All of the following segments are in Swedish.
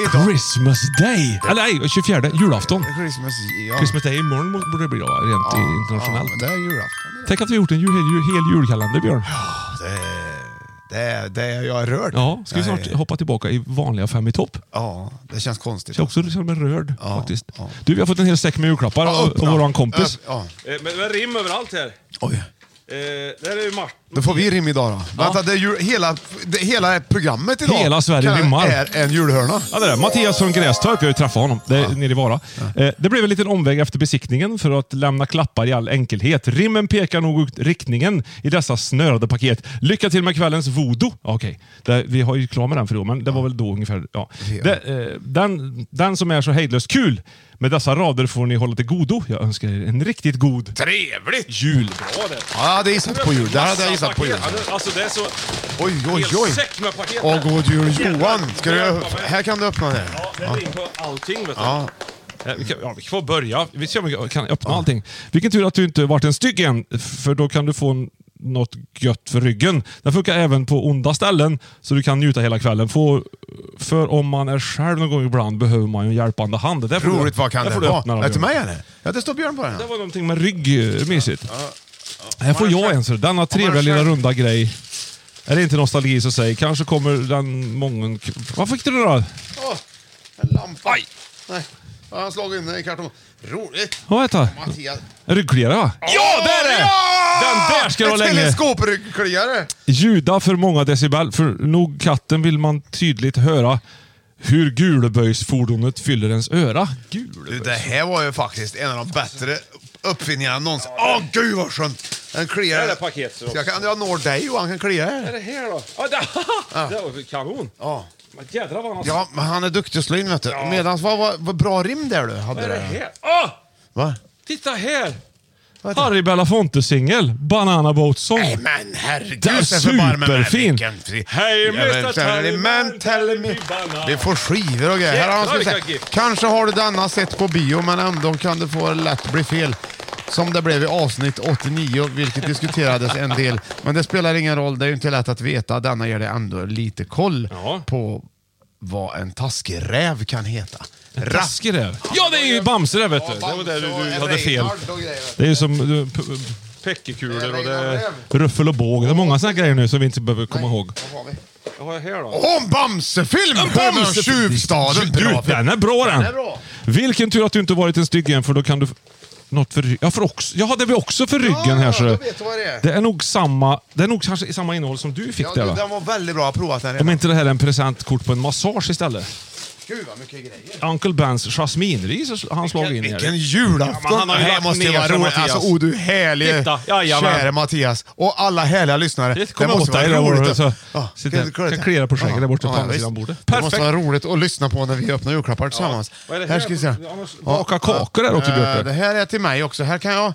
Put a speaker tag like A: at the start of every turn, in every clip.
A: Idag.
B: Christmas day! Eller nej, 24, julafton.
A: Christmas, ja.
B: Christmas day imorgon må- borde det bli då, va? rent
A: Ja,
B: i- internationellt.
A: Ja, det är julafton idag.
B: Tänk att vi har gjort en jul, hel, jul- hel julkalender, Björn.
A: Det är, det är, det är jag är rörd.
B: Ja, ska vi
A: Jag är-
B: snart hoppa tillbaka i vanliga Fem i topp?
A: Ja, det känns konstigt.
B: Jag är också liksom rörd faktiskt.
A: ja.
B: Du, vi har fått en hel säck med julklappar
A: Ja,
B: av
A: öppna.
B: av våran kompis.
A: Öpp- Ja.
C: Eh, Men det är rim överallt här.
A: Oj.
C: Eh, det här är ju Martin.
A: Då får vi rim idag då. Vänta, det är jul, hela, det, hela programmet idag
B: Hela Sverige
A: kan-
B: rimmar.
A: är en julhörna.
B: Ja, det där. Mattias från Grästorp, jag har ju träffat honom det är nere i Vara. Eh, det blev en liten omväg efter besiktningen för att lämna klappar i all enkelhet. Rimmen pekar nog ut riktningen i dessa snörade paket. Lycka till med kvällens voodoo. Ja, Okej, det- vi har ju klar med den för i år, men det var väl då ungefär. Ja.
A: Ja.
B: Det, eh, den, den som är så hejdlöst kul. Med dessa rader får ni hålla till godo. Jag önskar er en riktigt god
C: Trevligt!
B: jul.
C: Bra det.
A: Ja, jag hade gissat på jul. Det hade jag
C: Massa
A: gissat på jul.
C: paket. Alltså det är så...
A: Oj, oj,
C: Hel
A: oj.
C: säck med paket.
A: Åh, god jul Johan. Ska du,
C: Hjälpa mig.
A: här kan du öppna det.
C: Ja, det är rim på allting vet du.
A: Ja.
B: Eh, Vi, kan, ja, vi får börja. Vi ser om vi kan öppna allting. Vilken tur att du inte varit en stygg än, för då kan du få n- något gött för ryggen. Den funkar även på onda ställen, så du kan njuta hela kvällen. Få, för om man är själv någon gång ibland behöver man ju en hjälpande hand. Det där får du-
A: Roligt, vad kan
B: där
A: det
B: får du
A: vara?
B: öppna
A: Är
B: dem,
A: det till
B: Björn.
A: mig eller? Ja, det står Björn på den.
B: Det var någonting med rygg, eh, mysigt. Här får jag en sån. Denna trevliga
A: själv-
B: lilla runda grej. Är det inte nostalgi så säg. Kanske kommer den mången... Vad fick du då?
A: Åh, en lampa. Aj. Nej, jag har slagit in den i kartong. Roligt.
B: Vad heter det?
A: Mattias.
B: Ryggkliare va? Ja, där är det! Den där ska du ha
A: Ett
B: länge!
A: teleskopryggliare.
B: Ljuda för många decibel. För nog katten vill man tydligt höra hur guleböjsfordonet fyller ens öra.
A: Du,
B: Guleböjs?
A: det här var ju faktiskt en av de bättre uppfinningarna någonsin. Åh, gud vad skönt! Den kliar.
C: Det är det paket så.
A: Jag, kan, jag når dig Johan, kan klia
C: Vad
A: här.
C: är det här då? Ah, det, det var kanon!
A: Ja.
C: Men Jädrar vad han har...
A: ja, men han är duktig att slå in vet du.
C: Ja.
A: Medans, vad, vad, vad bra rim där du hade.
C: Vad är det
A: där.
C: här? Ah!
A: Va?
C: Titta här!
A: Vad är det?
B: Harry Belafonte-singel. Banana Boat Song.
A: Nej men herregud,
B: Oh.
A: alltså,
B: Det är
A: så förbarmar mig.
B: superfin.
A: Vilken fri-
C: Hej,
A: Jag
C: Mr.
A: vet inte,
C: Tallyman,
A: Tallyman.
C: Tallyman, banan.
A: Vi får skivor och grejer. Här har han
C: Jäklar,
A: skulle
C: vilka
A: säga,
C: gift.
A: Kanske har du denna sett på bio, men ändå kan det få lätt bli fel. Som det blev i avsnitt 89, vilket diskuterades en del. Men det spelar ingen roll, det är ju inte lätt att veta. Denna ger dig ändå lite koll
C: Ja.
A: på vad en taskig räv kan heta.
B: Rasker där. Ja, det är ju Bamse där vet du. Det var där du, du hade fel. Det är ju som du, p- p-
C: Peckekulor och det...
B: ruffel och båg. Det är många sådana grejer nu som vi inte behöver komma ihåg.
C: Vad har jag här då?
A: Åh, en Bamsefilm!
B: En
A: Bröderna
B: Bamse-
A: Tjuvstaden.
B: Du,
A: Bra film.
B: den är bra den.
A: är bra.
B: Vilken tur att du inte varit en stygg igen för då kan du... f- Något för, ry- ja, för också, ja, det var också för ryggen här.
A: ja,
B: Så
A: då vet du vad det är.
B: det är nog samma, det är nog kanske samma innehåll som du fick
A: Ja,
B: där
A: du,
B: va?
A: den var väldigt bra. Jag har provat den
B: Om
A: redan.
B: inte det här är en presentkort på en massage istället?
A: Gud vad mycket grejer.
B: Uncle Bens jasminris han slog in i.
A: Vilken julafton!
B: Ja, men han har ju
A: det här
B: lagt
A: måste ju
B: ner
A: vara
B: sig,
A: roligt.
B: Mattias.
A: Alltså, oh, du härlige,
B: Titta, jajamän.
A: käre Mattias. Och alla härliga lyssnare.
B: Det kommer åt dig där borta, så- sitt där. Kan klia på skägget där borta på andra sidan bordet.
A: Perfekt. Det måste
B: Perfekt.
A: vara roligt att lyssna på när vi öppnar julklappar tillsammans.
B: Vad är det
A: Här
B: här?
A: ska vi se.
B: Ja, men baka kakor där också,
A: Eh,
B: Björte.
A: Det här är till mig också. Här kan jag...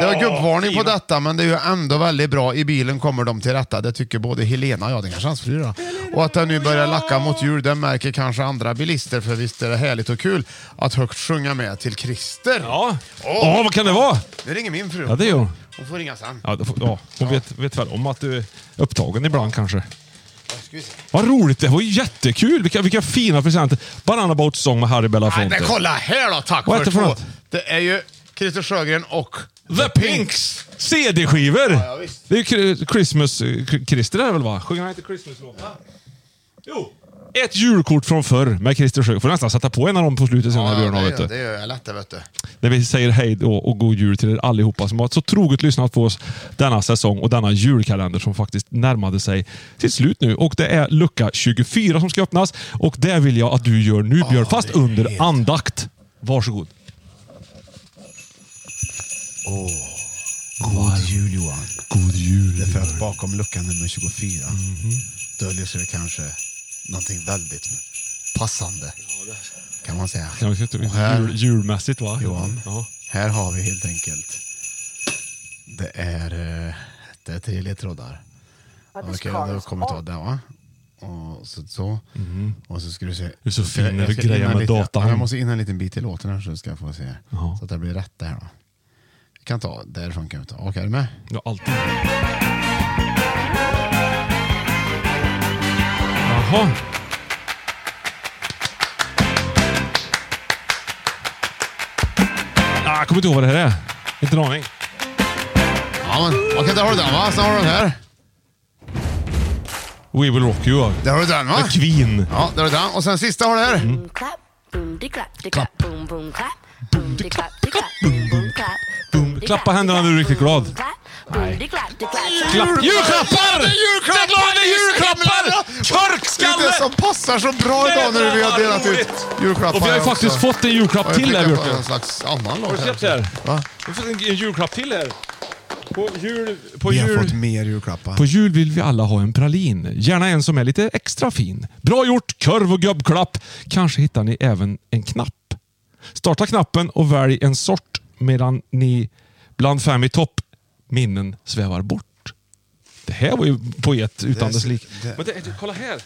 A: Det var gubbvarning på
B: fina.
A: detta, men det är ju ändå väldigt bra. I bilen kommer de till rätta. Det tycker både Helena och jag, det kanske är hans fru då. Och att den nu börjar lacka mot jul, det märker kanske andra bilister. För visst är det härligt och kul att högt sjunga med till Christer.
B: Ja.
A: Åh.
B: Åh, vad kan det vara?
A: Nu ringer min fru.
B: Ja, det är hon.
A: Hon får ringa sen.
B: Ja, då får- ja, hon vet, vet väl om att du är upptagen ibland kanske.
A: Ska vi se.
B: Vad roligt, det var ju jättekul. Vilka, vilka fina presenter. Banana Boat Song med Harry
A: Nej,
B: Belafonte.
A: men kolla här då, tack
B: Vad
A: för
B: heter för
A: två.
B: något?
A: Det är ju Christer Sjögren och
B: The Pinks! CD-skivor!
A: ja, visst.
B: det är ju Kri- Christmas... Kri- Christer är det väl va? Sjunger han inte Christmas-låten? Jo! Ett julkort från förr med Christer Sjögren. Får nästan sätta på en av dem på slutet sen här Björn.
A: det,
B: vet
A: gör-
B: du.
A: det gör jag lätt det, vet du.
B: När vi säger hej då och god jul till er allihopa som har så troget lyssnat på oss denna säsong och denna julkalender som faktiskt närmade sig till slut nu. Och det är lucka 24 som ska öppnas och det vill jag att du gör nu Björn, fast under andakt. Varsågod.
A: God jul Johan. God jul. Det är för att bakom lucka nummer 24
B: Mhm.
A: döljer sig det kanske någonting väldigt passande. Kan man säga.
B: Kan vi
A: Och här,
B: jul, julmässigt va?
A: Johan,
B: Ja.
A: här har vi helt enkelt. Det är, eh, det är tre ledtrådar. Okej, då kommer jag ta den va? Och så. så. Och så ska du se.
B: är så
A: Jag ska-
B: fin när
A: jag
B: Mhm. du
A: ska
B: grejar
A: in en
B: med
A: liten-
B: datan.
A: Ja, Jag måste in en liten bit i låten här så ska jag få se.
B: Jaha.
A: Så att det blir rätt där då. Vi kan ta därifrån kan vi ta. Okej, är du med?
B: Ja, alltid. Jaha. Ah, jag kommer inte ihåg vad det här är. Inte en aning.
A: Ja, men okej, där har du den va? Sen har du den här.
B: We will rock you. Mm. va?
A: Där har du den va?
B: Med Queen.
A: Ja, där har du den. Och sen sista har du här.
D: boom clap, boom de clap, de clap, boom boom clap, boom de clap, de clap, boom boom clap,
B: Boom. Klappa händerna när du är riktigt glad.
D: Nej.
B: Klapp. Julklappar!
A: Det är julklappar!
B: Det är glada julklappar!
A: Lite
B: Korkskalle!
A: som passar så bra idag när vi har
B: vad
A: delat ut
B: roligt!
A: julklappar.
B: Och vi har ju
A: här
B: faktiskt
A: också.
B: fått en
A: Och
B: julklapp
A: jag
B: till
A: klickar
B: här,
A: på
B: Björte.
A: en slags annan låt
B: Har du
A: här
B: sett det här?
A: Va?
B: Vi har fått en, en julklapp till här. På jul... På
A: Vi
B: jul...
A: har fått mer julklappar.
B: På jul vill vi alla ha en pralin. Gärna en som är lite extra fin. Bra gjort! Kurv och gubbklapp. Kanske hittar ni även en knapp. Starta knappen och välj en sort medan ni bland fem i topp minnen svävar bort. Det här var ju poet utan
A: Det-
B: dess lik.
A: det-
B: Men det, kolla här.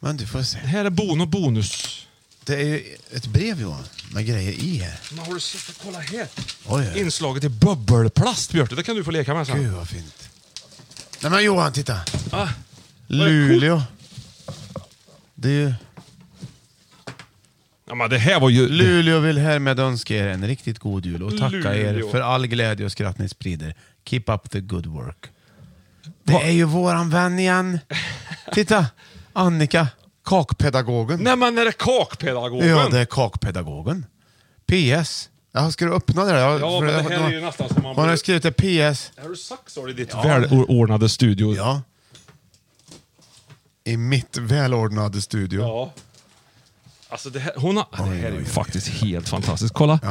A: Men du får se.
B: Det här är Bono bonus.
A: Det är ju ett brev Johan, med grejer i här.
B: Men har du sett? Kolla här.
A: Oj, oj.
B: Inslaget är bubbelplast, Björte. Det kan du få leka med
A: Gud
B: sen.
A: vad fint. Nej men Johan, titta.
B: Ah,
A: Luleå. Det är ju...
B: ja, men det här var ju...
A: Luleå vill härmed önska er en riktigt god jul och tacka
B: Luleå.
A: er för all glädje och skratt ni sprider. Keep up the good work. Det
B: Va-
A: är ju våran vän igen. Titta! Annika, kakpedagogen.
B: Nej, men är det kakpedagogen?
A: Ja, det är kakpedagogen. PS. Ja, ska du öppna det där? Jag-
B: Ja,
A: för
B: men
A: jag-
B: det här är ju nästan som man...
A: Hon har skrivit det PS
B: Har du saxar i ditt välordnade studio?
A: ja. i mitt välordnade studio.
B: Ja. Alltså det här, hon har, det här är ju faktiskt helt fantastiskt. Kolla.
A: Ja.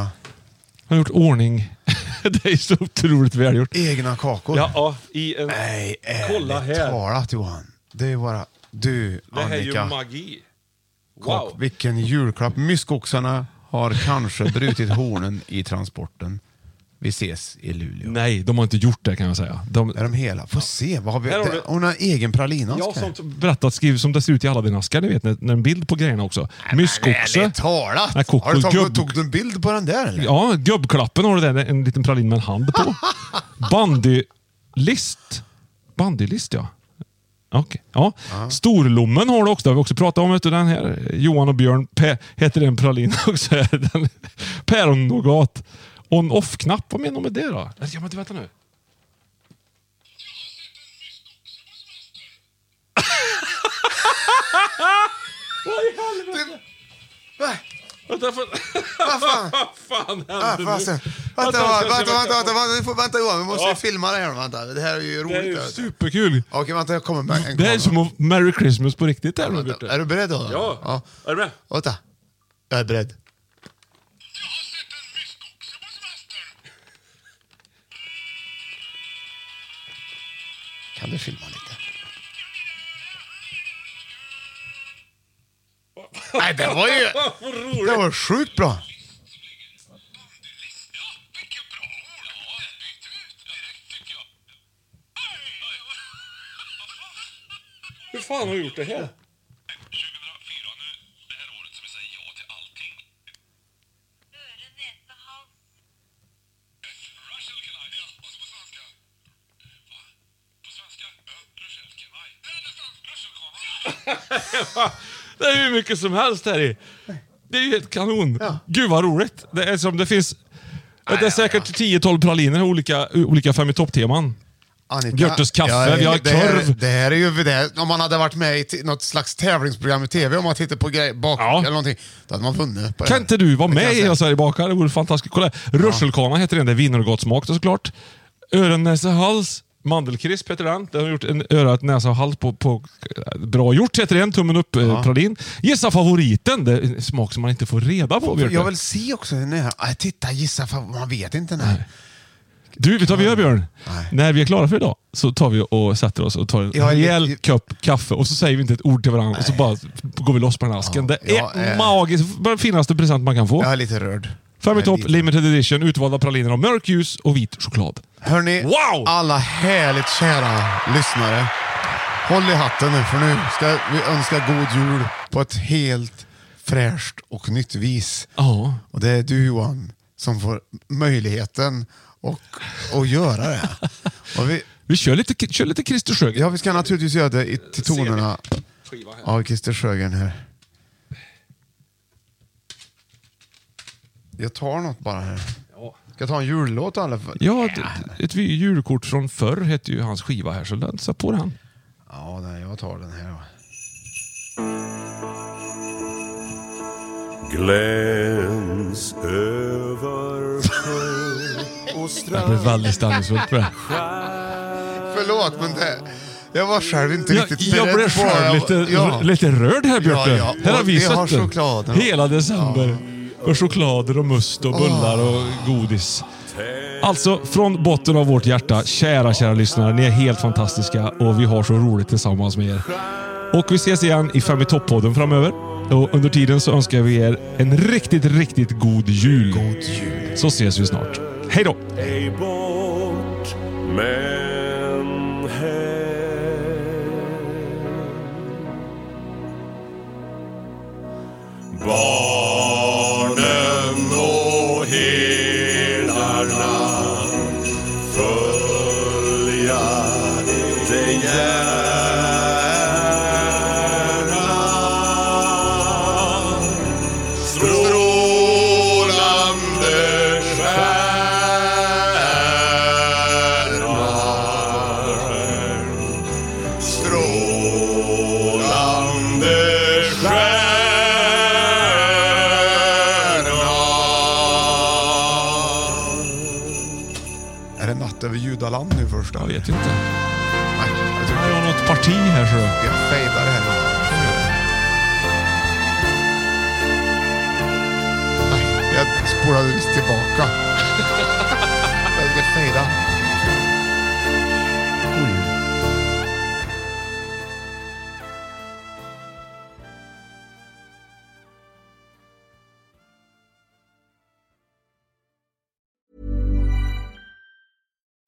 B: Hon har gjort ordning. det är så otroligt välgjort.
A: Egna kakor.
B: Ja, ja, i en...
A: Nej,
B: Kolla
A: ärligt
B: här.
A: talat Johan. Det är bara du,
B: det här är ju
A: Annika.
B: magi.
A: Kak,
B: Wow.
A: vilken julklapp. Myskoxarna har kanske brutit hornen i transporten. Vi ses i Luleå.
B: Nej, de har inte gjort det kan jag säga. De,
A: Är de hela? Få se. Vad har vi?
B: Här har
A: det-
B: du-
A: Hon har egen pralinask
B: jag
A: här.
B: har som berättat, skriv som det ser ut i alla dina askar, ni vet, när, när en bild på grejerna också. Myskoxe.
A: Ärligt talat!
B: Nej, kokos,
A: har du tagit,
B: gubb.
A: tog du en bild på den där eller?
B: Ja, gubbklappen har du där, en liten pralin med en hand på. Bandylist. Bandylist, ja. Okej. Ja. Storlommen har du också. Det har vi också pratat om. Vet du, den här. Johan och Björn Pe- heter den pralin också. Den- Päron-nougat. On-off-knapp. Vad menar de med det då? Ja, men du, vänta nu.
A: Det- Va?
B: Vänta, för...
A: Vad fan?
B: Vad fan hände
A: Vad fan?
B: nu?
A: sen- Vänta,
C: Vänta,
A: Ah, vänta, vänta,
C: vänta,
A: vänta, vänta,
C: vänta.
A: vänta, vi får vänta Johan, vi måste
C: Ja.
A: ju filma det här. Vänta. Det här är ju roligt.
C: Det är ju
A: här, vet du.
B: Superkul!
A: Okej, vänta, jag kommer med en
B: Det är som att Merry Christmas på riktigt. Här,
A: kamera.
B: Robert.
A: Vänta, Är du beredd då?
C: Ja. Är du med?
A: Vänta. Jag är beredd. Kan du filma lite? Nej, det var ju... Det var sjukt bra.
C: Hur fan har du gjort det här?
B: Det är hur mycket som helst här i. Det är ju helt kanon. Gud vad roligt. Det är som det finns... det är säkert 10-12 praliner, olika, olika fem i topp-teman.
A: Anita,
B: Görtes kaffe,
A: jag är-
B: vi har
A: det här-
B: korv.
A: Det här är ju, det här, om man hade varit med i t- något slags tävlingsprogram i TV, om man tittar på grejer bak
B: Ja.
A: eller någonting, då hade man vunnit. På det.
B: Kan inte du vara
A: Det kan
B: med
A: jag
B: i
A: säga.
B: Hela Sverige bakar? Det vore fantastiskt. Kolla här. Rutschkana heter den. Det är vinergodsmak såklart. Öron, näsa, hals. Mandelkrisp heter den. Den har gjort en örat, näsa och hals på, på... Bra gjort heter den. Tummen upp-pralin. Gissa favoriten. Det är en smak som man inte får reda på. Björte.
A: Jag vill se också den här. Ah, titta, gissa, fan, man vet inte den här.
B: Du, vet du vad vi gör Björn?
A: Nej.
B: När vi är klara för idag så tar vi och sätter oss och tar en
A: Jag är
B: rejäl
A: lite-
B: kopp kaffe och så säger vi inte ett ord till varandra och så bara går vi loss på den här asken.
A: Ja, eh.
B: det är
A: jag är-
B: magiskt. Den finaste present man kan få.
A: Jag är lite rörd.
B: Fem i
A: Jag är
B: topp,
A: lite-
B: limited edition, utvalda praliner av mörk ljus och vit choklad.
A: Hörni,
B: Wow!
A: alla härligt kära lyssnare. Håll i hatten nu, för nu ska vi önska god jul på ett helt fräscht och nytt vis.
B: Ja.
A: Och det är du Johan som får möjligheten och, och göra det. Och vi,
B: Vi kör lite, kör lite Christer Sjögren.
A: ja, vi ska naturligtvis göra det i, till tonerna av Christer Sjögren här. Jag tar något bara här. Ska jag ta en jullåt i alla fall?
B: Ja, ett- ett julkort från förr hette ju hans skiva här, så den satt på den.
A: Ja, nej, jag tar den här då.
E: Gläns över sjö
B: Det
E: och
B: blev
E: strand
B: väldigt stämningsfullt tror jag.
A: Förlåt, men det, jag var själv inte
B: Jag,
A: riktigt
B: jag blev
A: på det.
B: själv
A: Jag-
B: lite,
A: ja.
B: lite rörd här Björte.
A: Ja, ja.
B: Här har
A: Och
B: vi
A: vi har
B: suttit
A: chokladen.
B: hela december. Och choklader och must och bullar och
A: Ah.
B: godis. Alltså, från botten av vårt hjärta, kära, kära lyssnare. Ni är helt fantastiska och vi har så roligt tillsammans med er. Och vi ses igen i Fem i topp-podden framöver. Och under tiden så önskar vi er en riktigt, riktigt god jul. God jul. Så ses vi snart. Hej då!
E: ej bort men hem. Barnen och helarna följa det gärna strålande stjärnor. Strålande stjärnor.
A: Är det natt över judaland nu först? då?
B: Jag vet inte.
A: Nej, jag tror
B: Jag har något parti här så.
A: jag fejdar det här. Nej, jag spolade visst tillbaka. jag ska fejda. God jul.